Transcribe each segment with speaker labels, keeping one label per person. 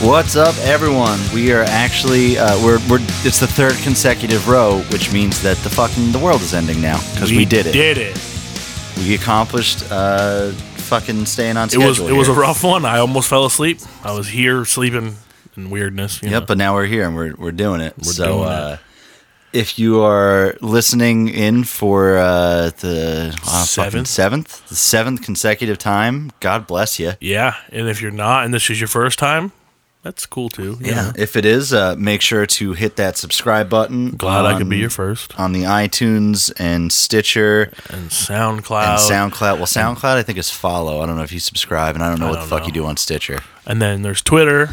Speaker 1: What's up, everyone? We are actually uh, we're we're it's the third consecutive row, which means that the fucking the world is ending now because we, did it.
Speaker 2: Did it.
Speaker 1: We accomplished uh, fucking staying on
Speaker 2: It
Speaker 1: schedule.
Speaker 2: was it was a
Speaker 1: here.
Speaker 2: rough one. I almost fell asleep. I was here sleeping in weirdness. You
Speaker 1: Yep,
Speaker 2: know.
Speaker 1: but now we're here and we're we're doing it. so
Speaker 2: doing it.
Speaker 1: uh, if you are listening in for uh, the uh, fucking
Speaker 2: Seventh?
Speaker 1: seventh, the seventh consecutive time, God bless you.
Speaker 2: yeah, and if you're not, and this is your first time, that's cool too. you know.
Speaker 1: If it is, uh, make sure to hit that subscribe button.
Speaker 2: Glad I could be
Speaker 1: on-
Speaker 2: your first.
Speaker 1: on the iTunes and Stitcher
Speaker 2: And SoundCloud.
Speaker 1: and SoundCloud. Well, SoundCloud I think is follow. I don't know if you subscribe, and I don't know
Speaker 2: I
Speaker 1: what
Speaker 2: don't
Speaker 1: the fuck
Speaker 2: know.
Speaker 1: you do on Stitcher.
Speaker 2: And then there's Twitter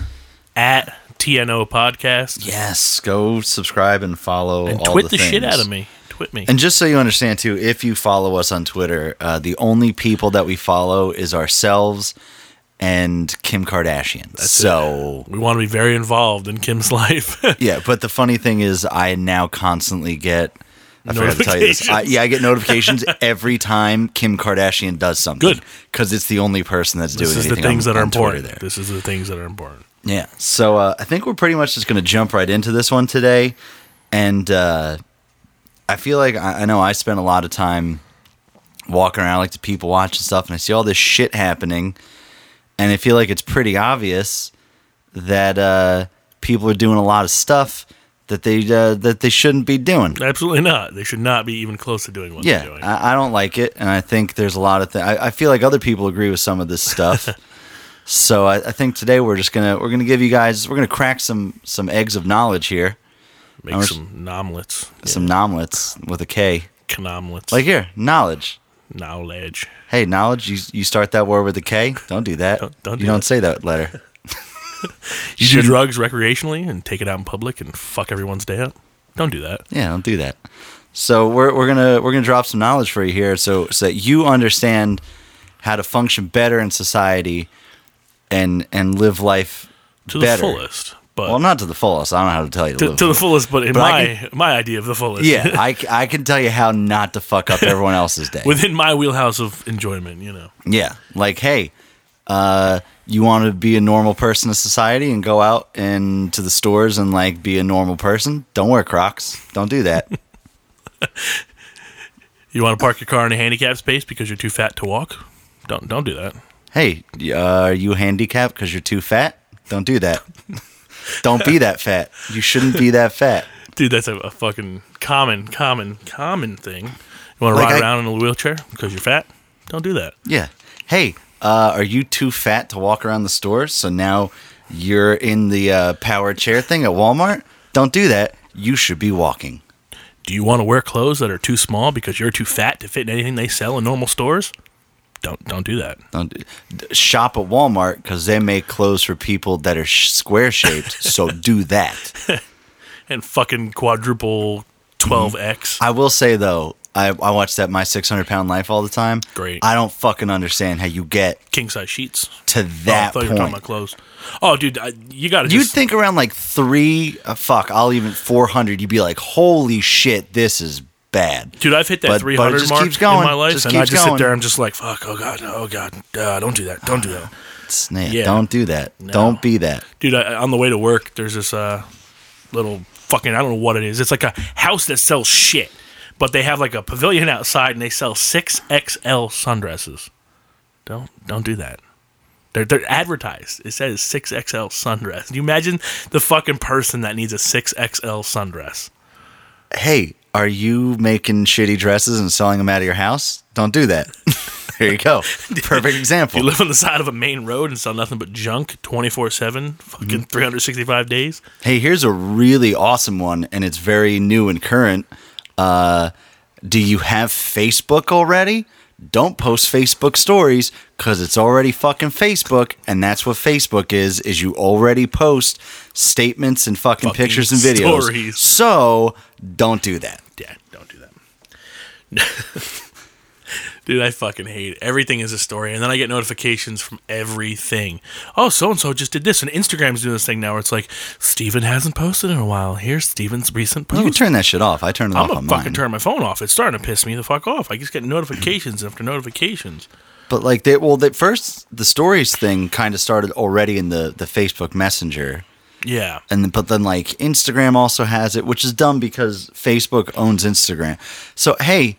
Speaker 2: at TNO Podcast.
Speaker 1: Yes, go subscribe and follow.
Speaker 2: and
Speaker 1: all
Speaker 2: twit the,
Speaker 1: the,
Speaker 2: shit
Speaker 1: things.
Speaker 2: out of me. Twit me.
Speaker 1: And just so you understand too, if you follow us on Twitter, uh, the only people that we follow is ourselves and Kim Kardashian. so
Speaker 2: we want to be very involved in Kim's life.
Speaker 1: yeah, but the funny thing is, I now constantly get. I forgot to tell you this. I,
Speaker 2: Notifications.
Speaker 1: yeah, I get notifications every time Kim Kardashian does something.
Speaker 2: Good.
Speaker 1: because it's the only person that's doing
Speaker 2: this is the
Speaker 1: anything
Speaker 2: things
Speaker 1: on,
Speaker 2: that are
Speaker 1: on Twitter
Speaker 2: important.
Speaker 1: there.
Speaker 2: This is the things that are important.
Speaker 1: Yeah. So uh, I think we're pretty much just going to jump right into this one today. And uh, I feel like I, I know I spend a lot of time walking around, like the people watching stuff, and I see all this shit happening. And I feel like it's pretty obvious that uh, people are doing a lot of stuff that they uh, that they shouldn't be doing.
Speaker 2: Absolutely not. They should not be even close to doing what
Speaker 1: Yeah,
Speaker 2: they're doing.
Speaker 1: I, I don't like it, and I think there's a lot of things. I, I feel like other people agree with some of this stuff. so I, I think today we're just gonna we're gonna give you guys we're gonna crack some some eggs of knowledge here,
Speaker 2: Make
Speaker 1: was-
Speaker 2: some nomlets.
Speaker 1: some nomlets with a K.
Speaker 2: Knomlets.
Speaker 1: Like here, knowledge.
Speaker 2: knowledge.
Speaker 1: Hey, knowledge. You you start that word with a K. Don't do that.
Speaker 2: Don't- don't
Speaker 1: you
Speaker 2: do
Speaker 1: don't
Speaker 2: that.
Speaker 1: say that letter.
Speaker 2: You
Speaker 1: Shouldn't-
Speaker 2: do drugs recreationally and take it out in public and fuck everyone's day up. Don't do that.
Speaker 1: Yeah, don't do that. So we're we're gonna we're gonna drop some knowledge for you here, so so that you understand how to function better in society, and and live life
Speaker 2: To
Speaker 1: better.
Speaker 2: the fullest. But
Speaker 1: Well, not to the fullest. I don't know how to tell you to,
Speaker 2: to,
Speaker 1: live.
Speaker 2: to the fullest, but in
Speaker 1: But I
Speaker 2: my my idea of the fullest.
Speaker 1: yeah, I, c- I can tell you how not to fuck up everyone else's day.
Speaker 2: Within my wheelhouse of enjoyment, you know.
Speaker 1: yeah, like hey, uh, you want to be a normal person in society and go out and to the stores and like be a normal person? Don't wear Crocs. Don't do that.
Speaker 2: You want to park your car in a handicap space because you're too fat to walk? Don't don't do that.
Speaker 1: hey, y- uh, are you handicapped because you're too fat? Don't do that. Don't be that fat. You shouldn't be that fat.
Speaker 2: Dude, that's a, a fucking common, common, common thing. You want to
Speaker 1: Like
Speaker 2: ride
Speaker 1: I-
Speaker 2: around in a wheelchair because you're fat? Don't do that.
Speaker 1: Yeah. Hey, uh, are you too fat to walk around the store? So now you're in the uh, power chair thing at Walmart? Don't do that. You should be walking.
Speaker 2: Do you want to wear clothes that are too small because you're too fat to fit in anything they sell in normal stores? Don't don't do that.
Speaker 1: Don't do- d- shop at Walmart because they make clothes for people that are sh- square shaped. so do that.
Speaker 2: And fucking quadruple 12x.
Speaker 1: Mm-hmm. I will say though, I, I watch that My 600 Pound Life all the time.
Speaker 2: Great.
Speaker 1: I don't fucking understand how you get
Speaker 2: King size sheets. Oh,
Speaker 1: to
Speaker 2: I
Speaker 1: that
Speaker 2: thought you were talking about
Speaker 1: point.
Speaker 2: clothes. Oh, dude, I, you got to
Speaker 1: You'd
Speaker 2: just.
Speaker 1: think around like three, uh, fuck, I'll even 400, you'd be like, holy shit, this is bad.
Speaker 2: Dude, I've hit that
Speaker 1: but- but it
Speaker 2: 300
Speaker 1: just
Speaker 2: mark
Speaker 1: keeps going.
Speaker 2: in my life,
Speaker 1: Just
Speaker 2: and I
Speaker 1: keeps
Speaker 2: just
Speaker 1: going.
Speaker 2: sit there. I'm just like, fuck, oh god, oh god, uh, don't do that, don't do that.
Speaker 1: Snap.
Speaker 2: Yeah.
Speaker 1: Don't do that. Don't be that.
Speaker 2: dude I, on the way to work there's this uh, little fucking i don't know what it is it's like a house that sells shit but they have like a pavilion outside and they sell 6xl sundresses don't don't do that they're, they're advertised it says 6xl sundress Can you imagine the fucking person that needs a 6xl sundress
Speaker 1: Hey, are you making shitty dresses and selling them out of your house? Don't do that. there you go. Perfect
Speaker 2: you
Speaker 1: example.
Speaker 2: live on the side of a main road and sell nothing but junk 24-7 fucking 365 days
Speaker 1: Hey, here's a really awesome one, and it's very new and current. Uh, do you have Facebook already? Don't post Facebook stories because it's already fucking Facebook, and that's what Facebook is. Is you already post statements and fucking,
Speaker 2: Fucking
Speaker 1: pictures and videos.
Speaker 2: stories.
Speaker 1: So don't do that.
Speaker 2: Yeah, don't do that. Dude, I fucking hate it. Everything is a story, and then I get notifications from everything. Oh, so and so just did this, and Instagram's doing this thing now where it's like, Steven hasn't posted in a while. Here's Steven's recent
Speaker 1: You can
Speaker 2: post.
Speaker 1: turn that shit off. I turn it
Speaker 2: Oh. I'm
Speaker 1: off
Speaker 2: gonna
Speaker 1: on
Speaker 2: fucking
Speaker 1: mine.
Speaker 2: turn my phone off. It's starting to piss me the fuck off. I just get notifications after notifications.
Speaker 1: But like they well at first the stories thing kind of started already in the the Facebook Messenger.
Speaker 2: Yeah.
Speaker 1: And then, but then like Instagram also has it, which is dumb because Facebook owns Instagram. So hey,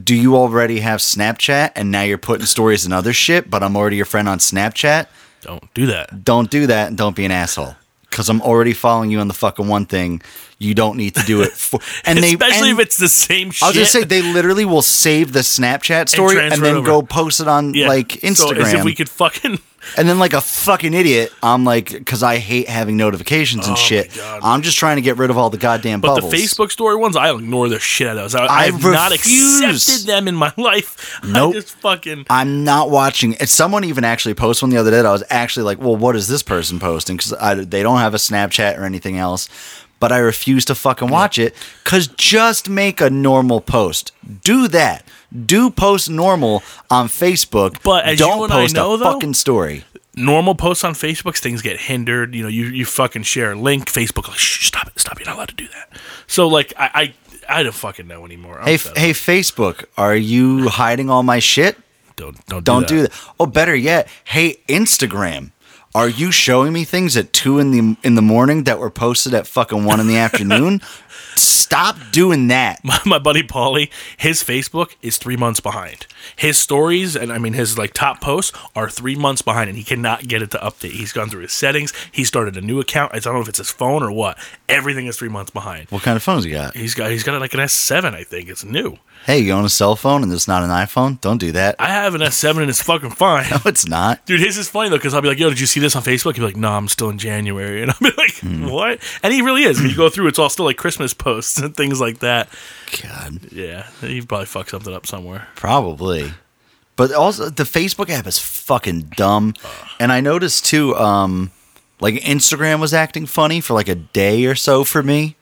Speaker 1: do you already have Snapchat and now you're putting stories and other shit, but I'm already your friend on Snapchat?
Speaker 2: Don't do that.
Speaker 1: Don't do that and don't be an asshole. Cause I'm already following you on the fucking one thing. You don't need to do it. For, and they
Speaker 2: Especially
Speaker 1: and
Speaker 2: if it's the same shit.
Speaker 1: I was just say they literally will save the Snapchat story and,
Speaker 2: transfer
Speaker 1: then
Speaker 2: it over.
Speaker 1: go post it on
Speaker 2: Yeah.
Speaker 1: like
Speaker 2: So
Speaker 1: Instagram.
Speaker 2: as if we could fucking.
Speaker 1: And then, like a fucking idiot, I'm like, because I hate having notifications and
Speaker 2: Oh my
Speaker 1: shit.
Speaker 2: God.
Speaker 1: I'm just trying to get rid of all the goddamn
Speaker 2: But
Speaker 1: bubbles.
Speaker 2: the Facebook story ones, I ignore the shit out of those. I,
Speaker 1: I
Speaker 2: I have not
Speaker 1: refuse.
Speaker 2: accepted them in my life.
Speaker 1: Nope.
Speaker 2: I just fucking.
Speaker 1: I'm not watching. If someone even actually posted one the other day, that I was actually like, well, what is this person posting? Because they don't have a Snapchat or anything else. But I refuse to fucking watch it because just make a normal post. Do that. Do post normal on Facebook.
Speaker 2: But as you
Speaker 1: don't
Speaker 2: and I
Speaker 1: post
Speaker 2: know,
Speaker 1: a
Speaker 2: though-
Speaker 1: fucking story.
Speaker 2: normal posts on Facebook, things get hindered. You know, you, you fucking share a link. Facebook, like, shh, stop it, stop. it. You're not allowed to do that. So, like, I I, I don't fucking know anymore. I'm
Speaker 1: Hey,
Speaker 2: fed
Speaker 1: f-
Speaker 2: up.
Speaker 1: hey, Facebook, are you hiding all my shit?
Speaker 2: don't don't
Speaker 1: Don't do that. Oh, better yet, hey Instagram, are you showing me things at two in the in the morning that were posted at fucking one in the afternoon? Stop doing that.
Speaker 2: My, my buddy Paulie, his Facebook is three months behind. His stories and I mean his like top posts are three months behind, and he cannot get it to update. He's gone through his settings. He started a new account. I don't know if it's his phone or what. Everything is three months behind.
Speaker 1: What kind of phones you got?
Speaker 2: He's got he's got like an S7, I think. It's new.
Speaker 1: Hey, you own a cell phone and it's not an iPhone? Don't do that.
Speaker 2: I have an S7 and it's fucking fine.
Speaker 1: No, it's not.
Speaker 2: Dude, his is funny though, because I'll be like, yo, did you see this on Facebook? He'll be like, no, I'm still in January. And I'll be like,
Speaker 1: Hmm.
Speaker 2: what? And he really is. When you go through, it's all still like Christmas posts and things like that.
Speaker 1: God,
Speaker 2: Yeah, he probably fucked something up somewhere.
Speaker 1: probably. But also, the Facebook app is fucking dumb. And I noticed too, um, like Instagram was acting funny for like a day or so for me.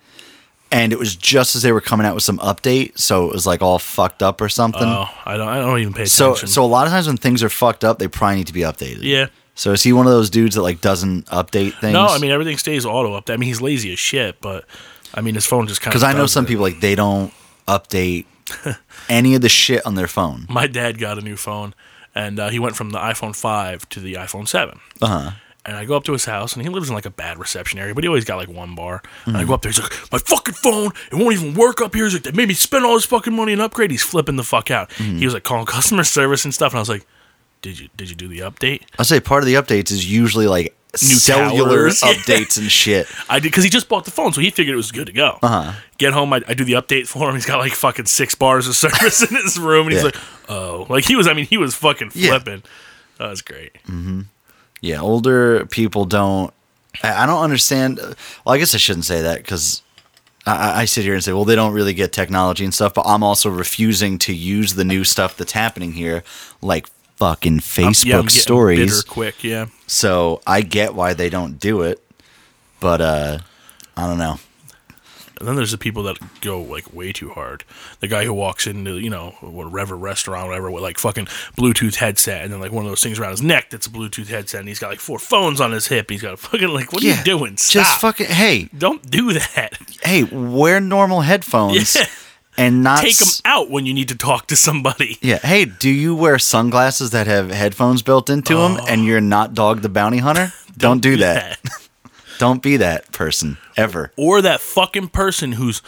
Speaker 1: And it was just as they were coming out with some update. So it was like all fucked up or something.
Speaker 2: Oh, I don't, I don't even pay
Speaker 1: Um, So
Speaker 2: attention.
Speaker 1: so a lot of times when things are fucked up, they probably need to be updated.
Speaker 2: yeah.
Speaker 1: So is he one of those dudes that like doesn't update things?
Speaker 2: No, I mean everything stays auto up. I mean he's lazy as shit, but I mean his phone just kind of.
Speaker 1: because I know some people like they don't update any of the shit on their phone.
Speaker 2: My dad got a new phone, and uh, he went from the iPhone five to the iPhone seven.
Speaker 1: Uh huh.
Speaker 2: And I go up to his house, and he lives in like a bad reception area, but he always got like one bar. And
Speaker 1: Mm.
Speaker 2: I go up there, he's like, "My fucking phone, it won't even work up here." He's like, "They made me spend all this fucking money and upgrade." He's flipping the fuck out.
Speaker 1: Mm-hmm.
Speaker 2: He was like calling customer service and stuff, and I was like, "Did you did you do the update?"
Speaker 1: I'll say part of the updates is usually like
Speaker 2: New
Speaker 1: cellular
Speaker 2: towers.
Speaker 1: updates and shit.
Speaker 2: I did because he just bought the phone, so he figured it was good to go.
Speaker 1: Uh-huh.
Speaker 2: Get home, I, I do the update for him. He's got like fucking six bars of service in his room, and he's
Speaker 1: Yeah.
Speaker 2: like, "Oh, like he was." I mean, he was fucking
Speaker 1: Yeah. Mm.
Speaker 2: flipping. That was great.
Speaker 1: Yeah, older people don't. I I don't understand. Well, I guess I shouldn't say that because I, I- I sit here and say, well, they don't really get technology and stuff. But I'm also refusing to use the new stuff that's happening here, like fucking Facebook
Speaker 2: yeah, I'm getting
Speaker 1: stories.
Speaker 2: bitter quick. Yeah,
Speaker 1: So I get why they don't do it, but uh, I don't know.
Speaker 2: and then there's the people that go like way too hard. The guy who walks into you know whatever restaurant, whatever, with like fucking Bluetooth headset, and then like one of those things around his neck that's a Bluetooth headset, and he's got like four phones on his hip. And he's got a fucking like, what are you doing? Stop.
Speaker 1: Just fucking hey,
Speaker 2: Don't do that.
Speaker 1: hey, wear normal headphones
Speaker 2: Yeah.
Speaker 1: and not
Speaker 2: Take them
Speaker 1: s-
Speaker 2: out when you need to talk to somebody.
Speaker 1: Yeah. Hey, do you wear sunglasses that have headphones built into them and you're not Dog the Bounty Hunter? Oh. Don't, do that.
Speaker 2: that.
Speaker 1: Don't be that person ever.
Speaker 2: or that fucking person who's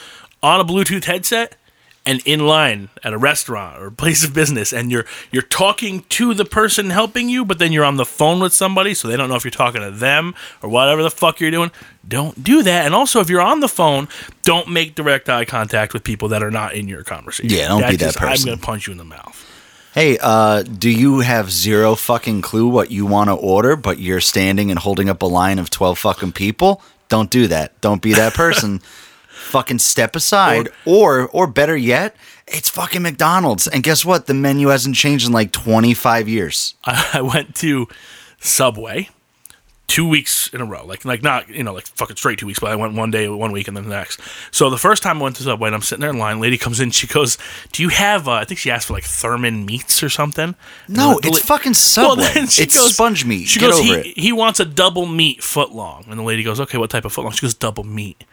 Speaker 2: on a Bluetooth headset and in line at a restaurant or place of business, and you're you're talking to the person helping you, but then you're on the phone with somebody, so they don't know if you're talking to them or whatever the fuck you're doing. Don't do that. And also, if you're on the phone, don't make direct eye contact with people that are not in your conversation.
Speaker 1: Yeah, don't be that
Speaker 2: just-
Speaker 1: person.
Speaker 2: I'm gonna punch you in the mouth.
Speaker 1: Hey, uh, do you have zero fucking clue what you want to order, but you're standing and holding up a line of 12 fucking people? Don't do that. Don't be that person. fucking step aside. Or, or, better yet, it's fucking McDonald's. And guess what? The menu hasn't changed in like 25 years.
Speaker 2: I, I went to Subway two weeks in a row. Like like not you know like fucking straight two weeks, but I went one day, one week, and then the next. So the first time I went to Subway, and I'm sitting there in line. Lady comes in, she goes, "Do you have?" Uh, I think she asked for like Thurman meats or something. And
Speaker 1: No,
Speaker 2: the- the
Speaker 1: it's
Speaker 2: la-
Speaker 1: fucking Subway.
Speaker 2: then she
Speaker 1: it's
Speaker 2: goes-
Speaker 1: sponge meat.
Speaker 2: She
Speaker 1: Get
Speaker 2: goes,
Speaker 1: over
Speaker 2: he,
Speaker 1: it.
Speaker 2: he wants a double meat foot long. And the lady goes, okay, what type of foot long? She goes, double meat.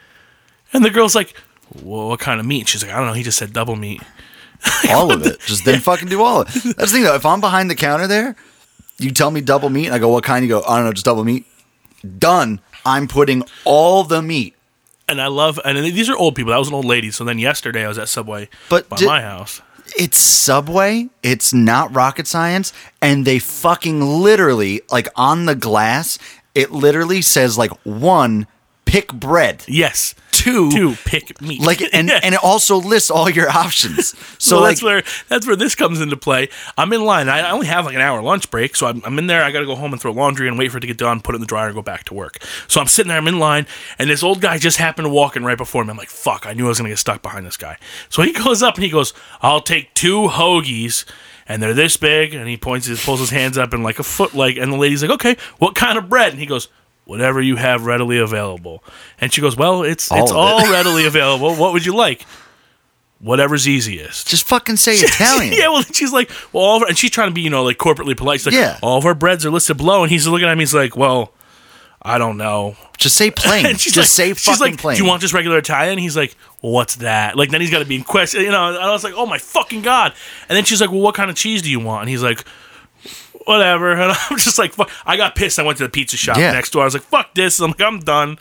Speaker 2: And the girl's like, well, what kind of meat? She's like, I don't know. He just said double meat.
Speaker 1: all of it. Just then fucking do all of it. That's the thing though. If I'm behind the counter there, you tell me double meat, and I go, what kind? You go, I don't know, just double meat. Done. I'm putting all the meat.
Speaker 2: And I love, and these are old people. That was an old lady. So then yesterday I was at Subway
Speaker 1: But
Speaker 2: by
Speaker 1: did-
Speaker 2: my house.
Speaker 1: It's Subway. It's not rocket science, and they fucking literally like on the glass. It literally says like one pick bread.
Speaker 2: Yes.
Speaker 1: Two,
Speaker 2: Two pick me.
Speaker 1: like and
Speaker 2: Yeah.
Speaker 1: and it also lists all your options. So
Speaker 2: So
Speaker 1: like
Speaker 2: that's where that's where this comes into play. I'm in line. I I only have like an hour lunch break, so I'm, I'm in there. I got to go home and throw laundry and wait for it to get done, put it in the dryer, and go back to work. So I'm sitting there. I'm in line, and this old guy just happened to walk in right before me. I'm like, "Fuck!" I knew I was gonna get stuck behind this guy. So he goes up and he goes, "I'll take two hoagies." And they're this big, and he points, he pulls his hands up and like a foot, like, and the lady's like, "Okay, what kind of bread?" And he goes, "Whatever you have readily available." And she goes, "Well, it's
Speaker 1: All
Speaker 2: it's
Speaker 1: of it."
Speaker 2: all readily available. What would you like?" Whatever's easiest.
Speaker 1: just fucking say Italian.
Speaker 2: Yeah, well, she's like, well, all of our, and she's trying to be, you know, like corporately polite. She's like,
Speaker 1: Yeah.
Speaker 2: all of our breads are listed below, and he's looking at me. He's like, well, I don't know.
Speaker 1: Just say plain.
Speaker 2: And she's
Speaker 1: just
Speaker 2: like,
Speaker 1: say fucking
Speaker 2: she's like,
Speaker 1: plain.
Speaker 2: do you want just regular Italian? He's like, what's that? Like, then he's got to be in question, you know. And I was like, oh my fucking god. And then she's like, well, what kind of cheese do you want? And he's like. Whatever, and I'm just like, fuck. I got pissed. I went to the pizza shop
Speaker 1: Yeah.
Speaker 2: next door. I was like, "Fuck this!" I'm like, "I'm done."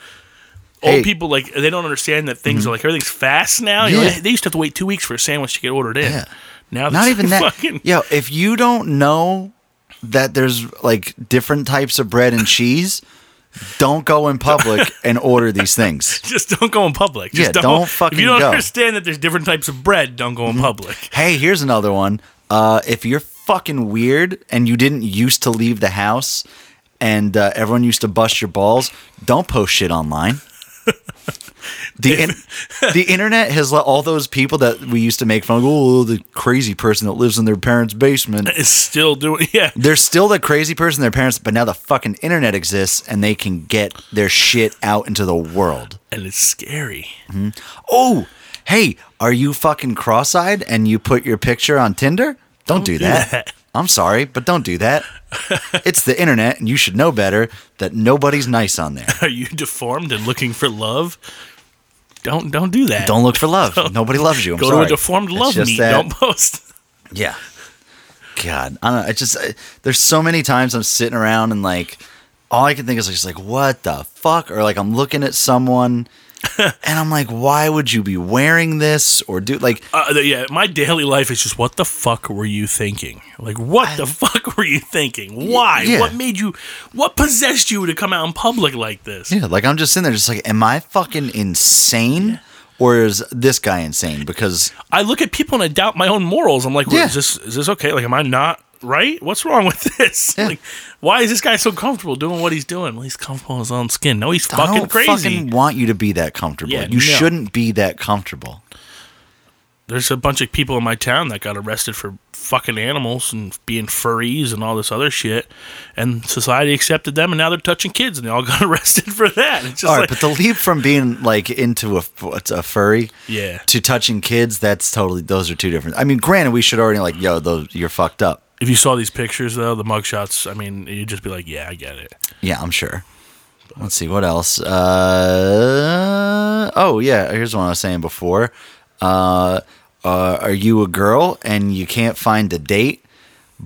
Speaker 1: Hey. Mm-hmm.
Speaker 2: Old people like they don't understand that things are like everything's fast now. You know,
Speaker 1: Yeah.
Speaker 2: they, they used to have to wait two weeks for a sandwich to get ordered in.
Speaker 1: Yeah.
Speaker 2: Now,
Speaker 1: Not
Speaker 2: that's
Speaker 1: even that.
Speaker 2: fucking-
Speaker 1: Yo, if you don't know that there's like different types of bread and cheese, don't go in public and order these things.
Speaker 2: just don't go in public. Just
Speaker 1: Yeah, don't fucking
Speaker 2: If you don't
Speaker 1: go. Mm-hmm.
Speaker 2: understand that there's different types of bread, don't go in public.
Speaker 1: Hey, here's another one. Uh, if you're fucking weird and you didn't used to leave the house and uh, everyone used to bust your balls, don't post shit online. The in- the internet has let all those people that we used to make fun of, oh, the crazy person that lives in their parents' basement.
Speaker 2: It's still doing yeah.
Speaker 1: They're still the crazy person, their parents, but now the fucking internet exists and they can get their shit out into the world.
Speaker 2: And it's scary.
Speaker 1: Oh, hey, are you fucking cross eyed and you put your picture on Tinder? Don't, do that.
Speaker 2: that.
Speaker 1: I'm sorry, but don't do that. it's the internet and you should know better that nobody's nice on there.
Speaker 2: Are you deformed and looking for love? Don't don't do that.
Speaker 1: Don't look for love. Nobody loves you. I'm
Speaker 2: go
Speaker 1: sorry.
Speaker 2: to a deformed
Speaker 1: It's
Speaker 2: love
Speaker 1: just
Speaker 2: meet.
Speaker 1: that-
Speaker 2: Don't post.
Speaker 1: Yeah. God, I don't know. It's just I, there's so many times I'm sitting around and like all I can think is just like what the fuck or like I'm looking at someone and I'm like why would you be wearing this or do like
Speaker 2: Uh, yeah, my daily life is just what the fuck were you thinking? Like, what the fuck were you thinking? Why?
Speaker 1: yeah.
Speaker 2: What made you? What possessed you to come out in public like this?
Speaker 1: yeah like I'm just sitting there just like am I fucking insane or is this guy insane because
Speaker 2: I look at people and I doubt my own morals. I'm like, well,
Speaker 1: Yeah.
Speaker 2: is this is this okay? Like, am I not right? What's wrong with this?
Speaker 1: Yeah.
Speaker 2: Like, why is this guy so comfortable doing what he's doing? Well, he's comfortable in his own skin. No, he's
Speaker 1: I
Speaker 2: fucking
Speaker 1: don't
Speaker 2: crazy.
Speaker 1: fucking want you to be that comfortable.
Speaker 2: Yeah,
Speaker 1: you
Speaker 2: no.
Speaker 1: shouldn't be that comfortable.
Speaker 2: There's a bunch of people in my town that got arrested for fucking animals and being furries and all this other shit, and society accepted them, and now they're touching kids, and they all got arrested for that. It's just
Speaker 1: All right,
Speaker 2: like,
Speaker 1: but the leap from being like into a, a furry,
Speaker 2: Yeah.
Speaker 1: to touching kids, that's totally those are two different. I mean, granted, we should already like, yo, those you're fucked up.
Speaker 2: if you saw these pictures though, the mugshots, I mean, you'd just be like, yeah, I get it.
Speaker 1: Yeah, I'm sure. Let's see what else. Uh, oh yeah, here's what I was saying before. Uh, uh, are you a girl and you can't find a date,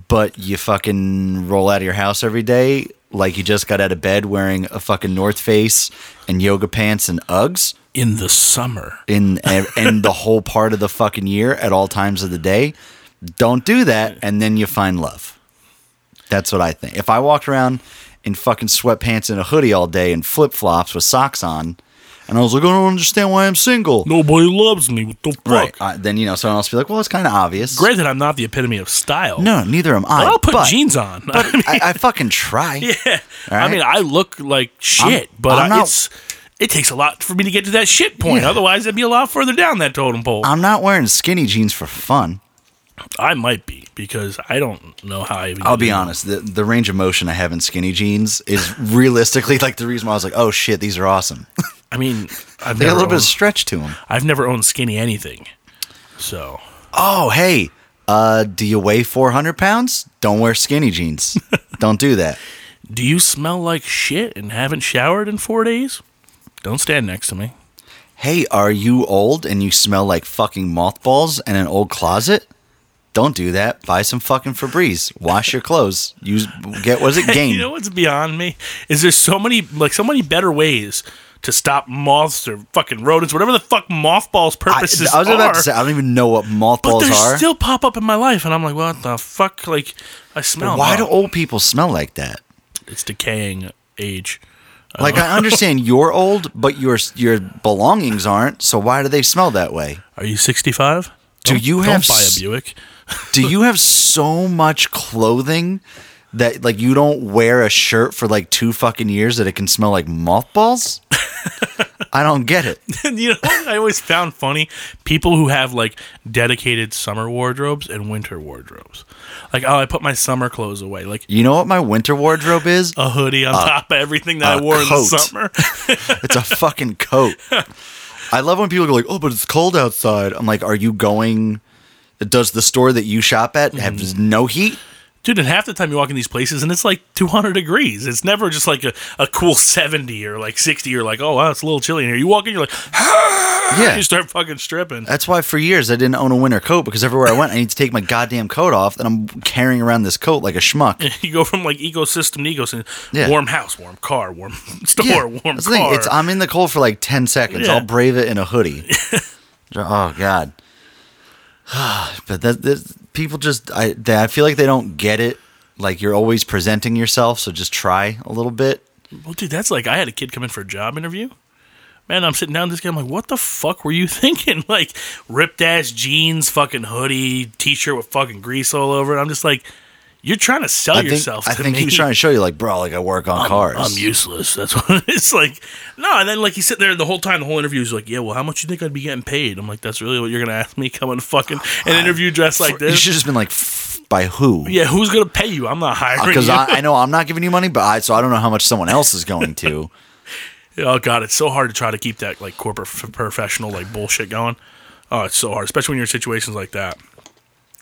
Speaker 1: but you fucking roll out of your house every day like you just got out of bed wearing a fucking North Face and yoga pants and Uggs?
Speaker 2: In the summer,
Speaker 1: in and the whole part of the fucking year at all times of the day. Don't do that, and then you find love. That's what I think. If I walked around in fucking sweatpants and a hoodie all day and flip flops with socks on, and I was like, I don't understand why I'm single.
Speaker 2: nobody loves me. What the fuck?
Speaker 1: Right. Uh, then you know someone else would be like, well, it's kind of obvious.
Speaker 2: Granted, I'm not the epitome of style.
Speaker 1: No, neither am I.
Speaker 2: But I'll put
Speaker 1: but
Speaker 2: jeans on. I mean,
Speaker 1: I, I fucking try.
Speaker 2: I mean, I look like shit, but
Speaker 1: I'm
Speaker 2: I,
Speaker 1: not-
Speaker 2: it's it takes a lot for me to get to that shit point. Otherwise, I'd be a lot further down that totem pole.
Speaker 1: I'm not wearing skinny jeans for fun.
Speaker 2: I might be because I don't know how I. Even
Speaker 1: I'll be honest. The, the range of motion I have in skinny jeans is realistically like the reason why I was like, oh shit, these are awesome.
Speaker 2: I mean, I've
Speaker 1: They got a
Speaker 2: never,
Speaker 1: little
Speaker 2: owned,
Speaker 1: bit of stretch to them.
Speaker 2: I've never owned skinny anything, so
Speaker 1: Oh, hey, uh, do you weigh 400 pounds? Don't wear skinny jeans. Don't do that.
Speaker 2: do you smell like shit and haven't showered in four days? Don't stand next to me.
Speaker 1: "Hey, are you old and you smell like fucking mothballs and an old closet?" Don't do that. Buy some fucking Febreze. Wash your clothes. Use get was it game?
Speaker 2: You know what's beyond me is there's so many like so many better ways to stop moths or fucking rodents, whatever the fuck mothballs
Speaker 1: I, I
Speaker 2: purposes
Speaker 1: was about
Speaker 2: are.
Speaker 1: to say I don't even know what
Speaker 2: but
Speaker 1: mothballs
Speaker 2: they
Speaker 1: are.
Speaker 2: still pop up in my life, and I'm like, what the fuck? Like I smell.
Speaker 1: Why do
Speaker 2: them.
Speaker 1: old people smell like that?
Speaker 2: it's decaying age?
Speaker 1: Like I understand you're old, but your your belongings aren't. So why do they smell that way?
Speaker 2: Are you 65?
Speaker 1: Do
Speaker 2: Don't-
Speaker 1: you
Speaker 2: don't
Speaker 1: have
Speaker 2: buy
Speaker 1: s-
Speaker 2: a Buick?
Speaker 1: Do you have so much clothing that like you don't wear a shirt for like two fucking years that it can smell like mothballs? I don't get it.
Speaker 2: And you know, what I always found funny people who have like dedicated summer wardrobes and winter wardrobes. Like, oh, I put my summer clothes away. Like
Speaker 1: You know what my winter wardrobe is?
Speaker 2: a hoodie on top of everything that
Speaker 1: a
Speaker 2: I wore in the
Speaker 1: coat.
Speaker 2: summer.
Speaker 1: It's a fucking coat. I love when people go like, "Oh, but it's cold outside." I'm like, "Are you going does the store that you shop at have no heat?"
Speaker 2: Dude, and half the time you walk in these places and it's like 200 degrees. It's never just like a, a cool 70 or like 60 or like, oh, wow, it's a little chilly in here. You walk in, you're like,
Speaker 1: Yeah. Uh,
Speaker 2: you start fucking stripping.
Speaker 1: That's why for years I didn't own a winter coat because everywhere I went I need to take my goddamn coat off and I'm carrying around this coat like a schmuck.
Speaker 2: You go from like ecosystem to ecosystem.
Speaker 1: Yeah.
Speaker 2: Warm house, warm car, warm store, warm car.
Speaker 1: that's the thing. It's I'm in the cold for like ten seconds.
Speaker 2: Yeah.
Speaker 1: I'll brave it in a hoodie. oh God. but that, that people just I they, I feel like they don't get it. Like you're always presenting yourself, so just try a little bit.
Speaker 2: Well, dude, that's like I had a kid come in for a job interview. Man, I'm sitting down with this guy. I'm like, what the fuck were you thinking? Like, ripped ass jeans, fucking hoodie, t shirt with fucking grease all over it. I'm just like, you're trying to sell
Speaker 1: I think
Speaker 2: yourself
Speaker 1: I
Speaker 2: to
Speaker 1: think
Speaker 2: me.
Speaker 1: he was trying to show you, like, bro, like I work on cars.
Speaker 2: I'm useless. That's what it's like. No, and then like he's sitting there the whole time, the whole interview is like, yeah, well, how much you think I'd be getting paid? I'm like, that's really what you're gonna ask me? Coming fucking an interview dressed like
Speaker 1: you
Speaker 2: this?
Speaker 1: should have just been like, "F- by who?
Speaker 2: Yeah, who's gonna pay you? I'm not hiring
Speaker 1: Because
Speaker 2: you.
Speaker 1: Uh, I, I know I'm not giving you money, but I so I don't know how much someone else is going to.
Speaker 2: Oh god, it's so hard to try to keep that like corporate f- professional like bullshit going. Oh, it's so hard, especially when you're in situations like that.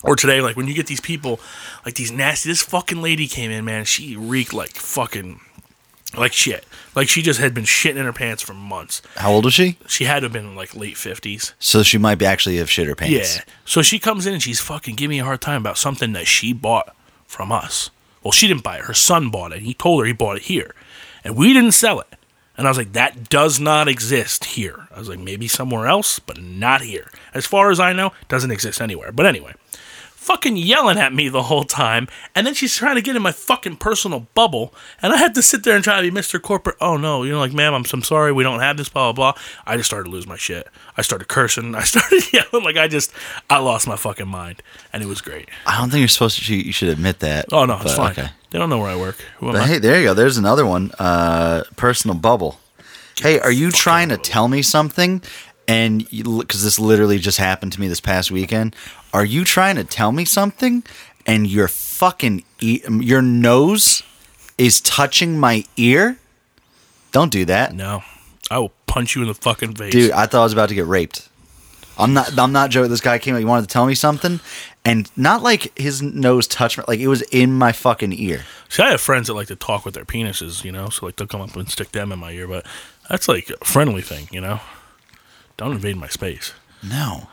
Speaker 2: Or today, like when you get these people, like these nasty. This fucking lady came in, man. She reeked like fucking, like shit. Like she just had been shitting in her pants for months.
Speaker 1: How old was she?
Speaker 2: She had to have been like late fifties.
Speaker 1: So she might be actually have shit her
Speaker 2: Yeah.
Speaker 1: pants.
Speaker 2: So she comes in and she's fucking giving me a hard time about something that she bought from us. Well, she didn't buy it. Her son bought it. He told her he bought it here. And we didn't sell it. And I was like, that does not exist here. I was like, maybe somewhere else, but not here. As far as I know, it doesn't exist anywhere. But anyway, fucking yelling at me the whole time. And then she's trying to get in my fucking personal bubble. And I had to sit there and try to be Mr. Corporate. Oh no, you know, like, ma'am, I'm, I'm sorry. We don't have this, blah, blah, blah. I just started to lose my shit. I started cursing. I started yelling. Like, I just, I lost my fucking mind. And it was great.
Speaker 1: I don't think you're supposed to. You you should admit that.
Speaker 2: Oh no,
Speaker 1: But,
Speaker 2: it's fine.
Speaker 1: Okay.
Speaker 2: They don't know where I work. Who am
Speaker 1: But
Speaker 2: I?
Speaker 1: hey, there you go. There's another one. Uh, personal bubble. Hey, are you trying to tell me something? And because this literally just happened to me this past weekend, are you trying to tell me something? And your fucking e- your nose is touching my ear. Don't do that,
Speaker 2: No. I will punch you in the fucking face.
Speaker 1: dude. I thought I was about to get raped. I'm not. I'm not joking. This guy came. up, He wanted to tell me something, and not like his nose touched. My, like it was in my fucking ear.
Speaker 2: See, I have friends that like to talk with their penises, you know, so like they'll come up and stick them in my ear, but that's like a friendly thing, you know? Don't invade my space.
Speaker 1: No.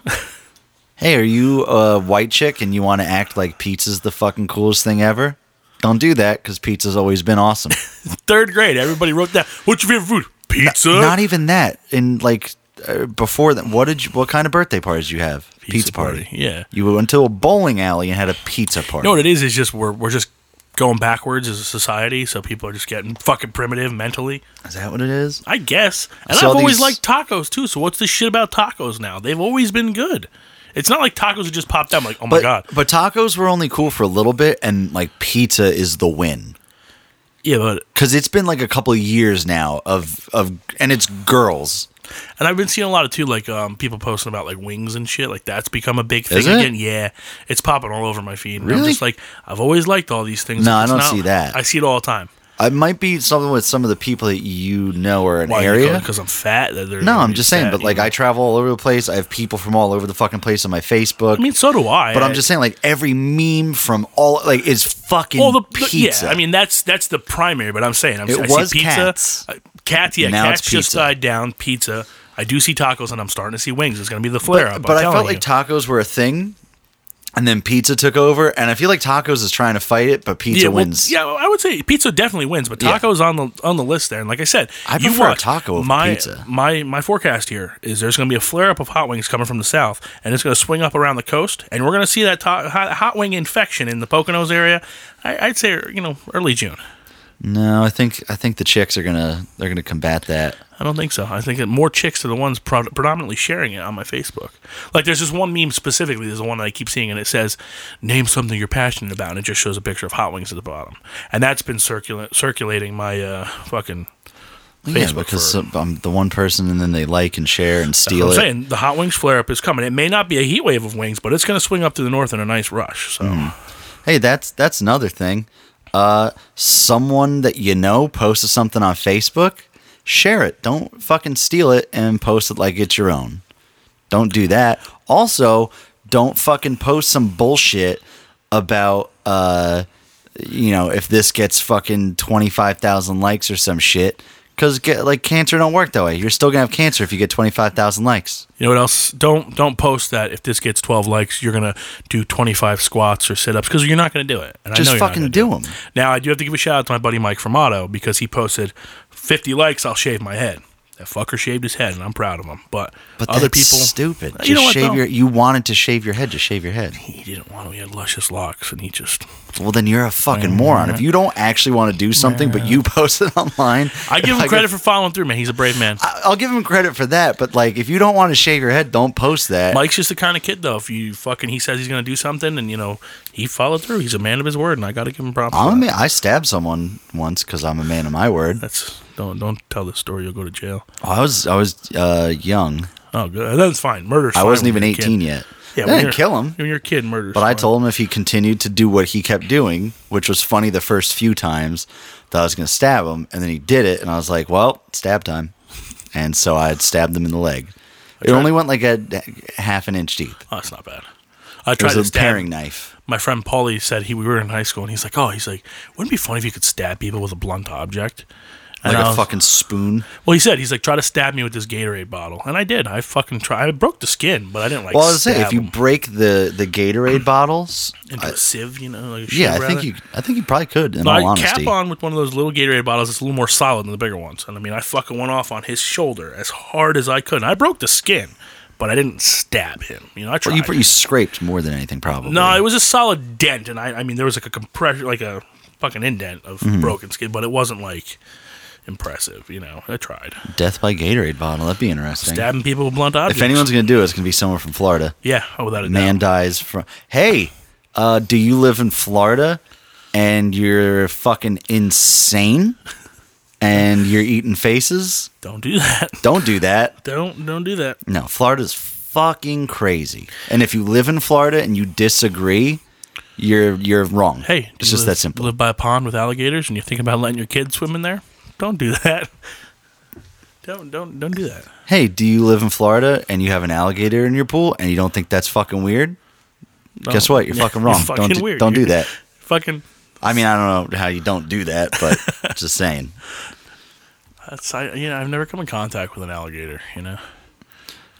Speaker 1: hey, are you a white chick and you want to act like pizza's the fucking coolest thing ever? Don't do that because pizza's always been awesome.
Speaker 2: Third grade, everybody wrote down, what's your favorite food? Pizza.
Speaker 1: Not even that. In like uh, before that, what did you? What kind of birthday parties did you have? Pizza, party.
Speaker 2: Yeah.
Speaker 1: You went to a bowling alley and had a pizza party.
Speaker 2: You know what it is? Is just we're, we're just going backwards as a society, so people are just getting fucking primitive mentally.
Speaker 1: is that what it is?
Speaker 2: I guess. And
Speaker 1: saw
Speaker 2: I've always
Speaker 1: these-
Speaker 2: liked tacos too, so what's the shit about tacos now? They've always been good. It's not like tacos have just popped out. I'm like, oh my
Speaker 1: But
Speaker 2: God.
Speaker 1: but tacos were only cool for a little bit, and like pizza is the win.
Speaker 2: Yeah, but
Speaker 1: Cause it's been like a couple of years now of of and it's girls.
Speaker 2: And I've been seeing a lot of too, like um, people posting about like wings and shit. Like that's become a big thing
Speaker 1: Is it?
Speaker 2: again. Yeah, it's popping all over my feed. And I'm
Speaker 1: Really?
Speaker 2: just like, I've always liked all these things.
Speaker 1: No, I
Speaker 2: It's
Speaker 1: don't see that.
Speaker 2: I see it all the time.
Speaker 1: It might be something with some of the people that you know or an area.
Speaker 2: Because I'm fat. that they're
Speaker 1: No,
Speaker 2: gonna
Speaker 1: I'm
Speaker 2: be
Speaker 1: just saying,
Speaker 2: fat,
Speaker 1: but
Speaker 2: you
Speaker 1: like
Speaker 2: know?
Speaker 1: I travel all over the place. I have people from all over the fucking place on my Facebook.
Speaker 2: I mean, so do I.
Speaker 1: but
Speaker 2: I-
Speaker 1: I'm just saying, like every meme from all like is fucking
Speaker 2: well, the, the-
Speaker 1: pizza.
Speaker 2: Yeah, I mean that's that's the primary. But I'm saying, I'm,
Speaker 1: It
Speaker 2: I
Speaker 1: was
Speaker 2: see pizza.
Speaker 1: cats.
Speaker 2: uh, Cats, yeah,
Speaker 1: Now it's
Speaker 2: cats just
Speaker 1: pizza.
Speaker 2: died down. Pizza. I I do see tacos, and I'm starting to see wings. It's going to be the flare up.
Speaker 1: but, but I
Speaker 2: I'm
Speaker 1: felt
Speaker 2: telling
Speaker 1: like
Speaker 2: you.
Speaker 1: tacos were a thing, and then pizza took over. And I feel like tacos is trying to fight it, but pizza
Speaker 2: yeah, well,
Speaker 1: wins.
Speaker 2: yeah, well, I would say pizza definitely wins, but
Speaker 1: Yeah.
Speaker 2: tacos on the on the list there. And like I said,
Speaker 1: I
Speaker 2: you
Speaker 1: prefer a
Speaker 2: watch,
Speaker 1: taco over
Speaker 2: my,
Speaker 1: pizza.
Speaker 2: My my forecast here is there's going to be a flare up of hot wings coming from the south, and it's going to swing up around the coast, and we're going to see that to- hot, hot wing infection in the Poconos area. I, I'd say you know early June.
Speaker 1: No, I think I think the chicks are gonna they're gonna combat that.
Speaker 2: I don't think so. I think that more chicks are the ones pro- predominantly sharing it on my Facebook. Like, there's this one meme specifically. There's the one that I keep seeing, and it says, "Name something you're passionate about," and it just shows a picture of hot wings at the bottom. And that's been circula- circulating my uh, fucking
Speaker 1: yeah,
Speaker 2: Facebook
Speaker 1: because
Speaker 2: for-
Speaker 1: some- I'm the one person, and then they like and share and
Speaker 2: I'm
Speaker 1: steal it.
Speaker 2: saying the hot wings flare up is coming. It may not be a heat wave of wings, but it's going to swing up to the north in a nice rush. So
Speaker 1: Hmm. Hey, that's that's another thing. Uh, someone that you know posted something on Facebook, share it. Don't fucking steal it and post it like it's your own. Don't do that. Also, don't fucking post some bullshit about uh, you know, if this gets fucking twenty five thousand likes or some shit. Cause get, like cancer don't work that way. You're still gonna have cancer if you get twenty five thousand likes.
Speaker 2: you know what else? Don't don't post that if this gets 12 likes, you're going to do 25 squats or sit ups because you're not going to do it. And I know
Speaker 1: Just
Speaker 2: you're not
Speaker 1: fucking
Speaker 2: gonna
Speaker 1: do them.
Speaker 2: it. Now I do have to give a shout out to my buddy Mike Formato because he posted 50 likes. I'll shave my head. That fucker shaved his head, and I'm proud of him. But,
Speaker 1: But
Speaker 2: other
Speaker 1: that's
Speaker 2: people
Speaker 1: stupid. Just
Speaker 2: You know what,
Speaker 1: shave
Speaker 2: though?
Speaker 1: your. You wanted to shave your head. Just shave your head.
Speaker 2: He didn't want to. He had luscious locks, and he just
Speaker 1: Well, then you're a fucking moron. If you don't actually want to do something, but you post it online,
Speaker 2: I give him
Speaker 1: like,
Speaker 2: credit for following through, man. He's a brave man.
Speaker 1: I- I'll give him credit for that. But like, if you don't want to shave your head, don't post that.
Speaker 2: Mike's just the kind of kid though. If you fucking he says he's gonna do something and you know he followed through, he's a man of his word, and I gotta give him props. for
Speaker 1: I'm a
Speaker 2: that.
Speaker 1: man. I stabbed someone once because I'm a man of my word.
Speaker 2: That's don't don't tell this story. You'll go to jail.
Speaker 1: I was I was uh, young.
Speaker 2: Oh, good. That's fine. Murder's
Speaker 1: I
Speaker 2: fine
Speaker 1: wasn't even
Speaker 2: when you're a kid.
Speaker 1: 18 yet.
Speaker 2: Yeah,
Speaker 1: Yeah,
Speaker 2: when
Speaker 1: I didn't
Speaker 2: you're-
Speaker 1: kill him.
Speaker 2: When you're a kid, murder's
Speaker 1: But I
Speaker 2: fine.
Speaker 1: told him if he continued to do what he kept doing, which was funny the first few times, that I was going to stab him. And then he did it. And I was like, well, stab time. And so I had stabbed him in the leg. It
Speaker 2: tried-
Speaker 1: only went like a half an inch deep.
Speaker 2: Oh, that's not bad. I
Speaker 1: It
Speaker 2: tried
Speaker 1: was
Speaker 2: to
Speaker 1: a
Speaker 2: stab.
Speaker 1: paring knife.
Speaker 2: My friend Paulie said he we were in high school, and he's like, oh, he's like, wouldn't it be funny if you could stab people with a blunt object? And
Speaker 1: Like
Speaker 2: I
Speaker 1: a
Speaker 2: was-
Speaker 1: fucking spoon.
Speaker 2: Well, he said he's like, try to stab me with this Gatorade bottle, and I did. I fucking tried. I broke the skin, but I didn't like.
Speaker 1: Well, I was saying,
Speaker 2: stab
Speaker 1: if you
Speaker 2: him
Speaker 1: break the, the Gatorade bottles,
Speaker 2: into a sieve, you know, like a
Speaker 1: yeah,
Speaker 2: shiv
Speaker 1: I think
Speaker 2: rather.
Speaker 1: you, I think you probably could. In all
Speaker 2: Like
Speaker 1: honesty,
Speaker 2: cap on with one of those little Gatorade bottles that's a little more solid than the bigger ones. And I mean, I fucking went off on his shoulder as hard as I could. And I broke the skin, but I didn't stab him. You know, I tried.
Speaker 1: you, you scraped more than anything, probably.
Speaker 2: no, it was a solid dent, and I, I mean, there was like a compression, like a fucking indent of
Speaker 1: Mm-hmm.
Speaker 2: broken skin, but it wasn't like impressive. You know, I tried
Speaker 1: death by Gatorade bottle. That'd be interesting.
Speaker 2: stabbing people with blunt objects.
Speaker 1: if anyone's gonna do it, it's gonna be someone from Florida.
Speaker 2: yeah, oh, without a
Speaker 1: man
Speaker 2: doubt.
Speaker 1: dies from hey uh, do you live in florida and you're fucking insane and you're eating faces
Speaker 2: don't do that.
Speaker 1: don't do that
Speaker 2: Don't don't do that.
Speaker 1: no florida's fucking crazy and if you live in florida and you disagree you're you're wrong
Speaker 2: Hey, do
Speaker 1: it's
Speaker 2: you
Speaker 1: just
Speaker 2: live-
Speaker 1: that simple
Speaker 2: Live by a pond with alligators, and you think about letting your kids swim in there? Don't do that. Don't don't don't do that.
Speaker 1: hey do you live in florida and you have an alligator in your pool and you don't think that's fucking weird
Speaker 2: No.
Speaker 1: guess what you're fucking wrong
Speaker 2: fucking
Speaker 1: don't do,
Speaker 2: weird.
Speaker 1: don't do
Speaker 2: You're
Speaker 1: that
Speaker 2: Fucking.
Speaker 1: i mean i don't know how you don't do that but just saying
Speaker 2: That's I. You know, I've never come in contact with an alligator. You know,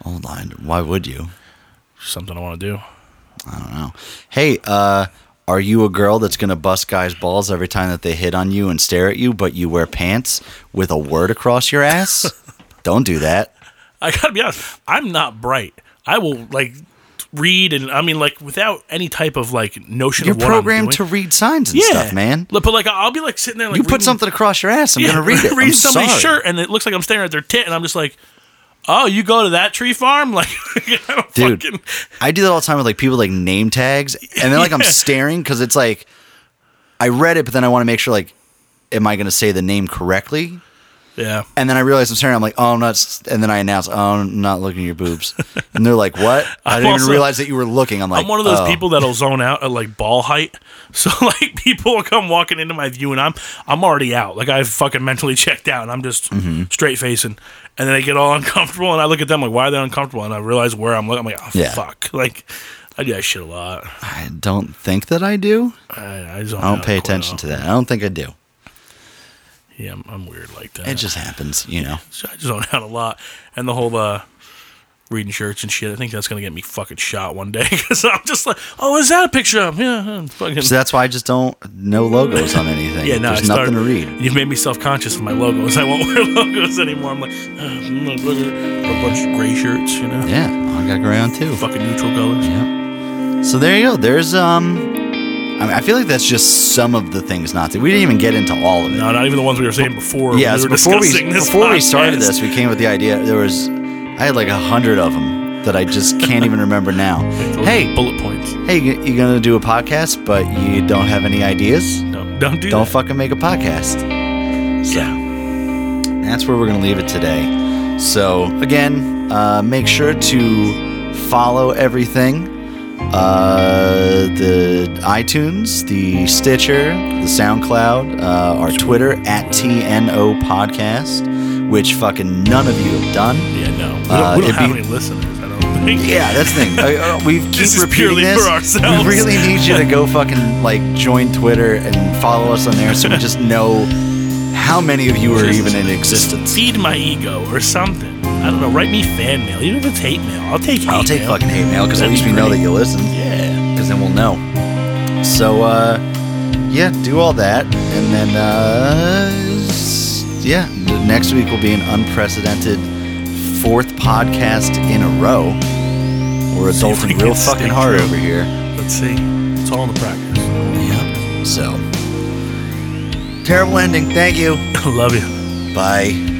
Speaker 1: hold on why would you
Speaker 2: something I want to do.
Speaker 1: know. Hey, uh, are you a girl that's gonna bust guys' balls every time that they hit on you and stare at you, but you wear pants with a word across your ass? Don't do that.
Speaker 2: I gotta be honest. I'm not bright. I will like read and I mean like without any type of like notion
Speaker 1: You're
Speaker 2: of what
Speaker 1: programmed
Speaker 2: I'm
Speaker 1: to
Speaker 2: doing.
Speaker 1: read signs and stuff, man.
Speaker 2: Look, But like I- I'll be like sitting there like
Speaker 1: you put
Speaker 2: reading-
Speaker 1: something across your ass, I'm
Speaker 2: Yeah,
Speaker 1: gonna read it.
Speaker 2: reading
Speaker 1: I'm
Speaker 2: somebody's
Speaker 1: sorry.
Speaker 2: shirt and it looks like I'm staring at their tit and I'm just like, oh, you go to that tree farm? Like, you know,
Speaker 1: Dude,
Speaker 2: fucking-
Speaker 1: I do that all the time with like people like name tags, and then like I'm
Speaker 2: Yeah.
Speaker 1: staring because it's like I read it, but then I want to make sure like, am I gonna say the name correctly?
Speaker 2: yeah.
Speaker 1: And then I realize I'm staring. I'm like, oh, I'm not. s- And then I announce, oh, I'm not looking at your boobs. And they're like, what? I
Speaker 2: I'm
Speaker 1: didn't
Speaker 2: also-
Speaker 1: even realize that you were looking. I'm like,
Speaker 2: I'm one of those
Speaker 1: "Oh."
Speaker 2: people that'll zone out at like ball height. So like people will come walking into my view and I'm I'm already out. Like I've fucking mentally checked out and I'm just
Speaker 1: Mm-hmm.
Speaker 2: straight facing. And then I get all uncomfortable and I look at them like why are they uncomfortable? And I realize where I'm looking. I'm like, oh
Speaker 1: Yeah.
Speaker 2: fuck. Like I do that shit a lot.
Speaker 1: I don't think that I do.
Speaker 2: I, I, zone
Speaker 1: I don't
Speaker 2: out
Speaker 1: pay
Speaker 2: quite
Speaker 1: attention
Speaker 2: a-
Speaker 1: to that. I don't think I do.
Speaker 2: Yeah, I'm, I'm weird like that.
Speaker 1: It just happens, you know.
Speaker 2: So I zone out a lot, and the whole uh, reading shirts and shit. I think that's gonna get me fucking shot one day because I'm just like, oh, is that a picture of? Yeah, I'm fucking.
Speaker 1: So that's why I just don't no logos on anything.
Speaker 2: yeah, no,
Speaker 1: There's
Speaker 2: I started,
Speaker 1: nothing to read.
Speaker 2: You've made me self-conscious of my logos. I won't wear logos anymore. I'm like, uh, I'm gonna look at a bunch of gray shirts, you know,
Speaker 1: Yeah, I got ground too.
Speaker 2: fucking neutral colors.
Speaker 1: So there you go. There's um, I, mean, I feel like that's just some of the things not to. We didn't even get into all of it.
Speaker 2: No, not even the ones we were saying before.
Speaker 1: yeah,
Speaker 2: we
Speaker 1: so
Speaker 2: were
Speaker 1: before we
Speaker 2: discussing this
Speaker 1: before we started
Speaker 2: podcast.
Speaker 1: this, we came with the idea. There was, I had like a hundred of them that I just can't even remember now.
Speaker 2: Those
Speaker 1: hey,
Speaker 2: bullet points.
Speaker 1: hey, you you gonna do a podcast, but you don't have any ideas?
Speaker 2: No, don't do
Speaker 1: Don't
Speaker 2: that.
Speaker 1: fucking make a podcast.
Speaker 2: yeah.
Speaker 1: that's where we're going to leave it today. So, again, uh, make sure to follow everything uh, the iTunes, the Stitcher, the SoundCloud, uh, our Twitter at TNO Podcast, which fucking none of you have done.
Speaker 2: Yeah, no. We don't,
Speaker 1: Uh,
Speaker 2: we don't
Speaker 1: it'd
Speaker 2: have
Speaker 1: be-
Speaker 2: any listeners. I don't think.
Speaker 1: Yeah, that's the thing. I- I- we keep
Speaker 2: This is
Speaker 1: repeating
Speaker 2: purely
Speaker 1: this.
Speaker 2: for ourselves.
Speaker 1: We really need you to go fucking like join Twitter and follow us on there, so we just know how many of you are
Speaker 2: Just-
Speaker 1: even in
Speaker 2: just
Speaker 1: existence.
Speaker 2: Feed my ego or something. I don't know. Write me fan mail. Even if it's hate mail, I'll take hate
Speaker 1: I'll take
Speaker 2: mail.
Speaker 1: fucking hate mail because at
Speaker 2: That'd
Speaker 1: least
Speaker 2: be
Speaker 1: we know
Speaker 2: great.
Speaker 1: that you listen.
Speaker 2: Yeah.
Speaker 1: because then we'll know. So, uh, yeah, do all that, and then, uh, s- yeah, n- next week will be an unprecedented fourth podcast in a row. We're
Speaker 2: See if we
Speaker 1: adulting
Speaker 2: can
Speaker 1: real
Speaker 2: stay
Speaker 1: fucking hard
Speaker 2: true.
Speaker 1: over here.
Speaker 2: Let's see. It's all in the practice.
Speaker 1: Yeah. So, terrible ending. Thank you.
Speaker 2: Love you.
Speaker 1: Bye.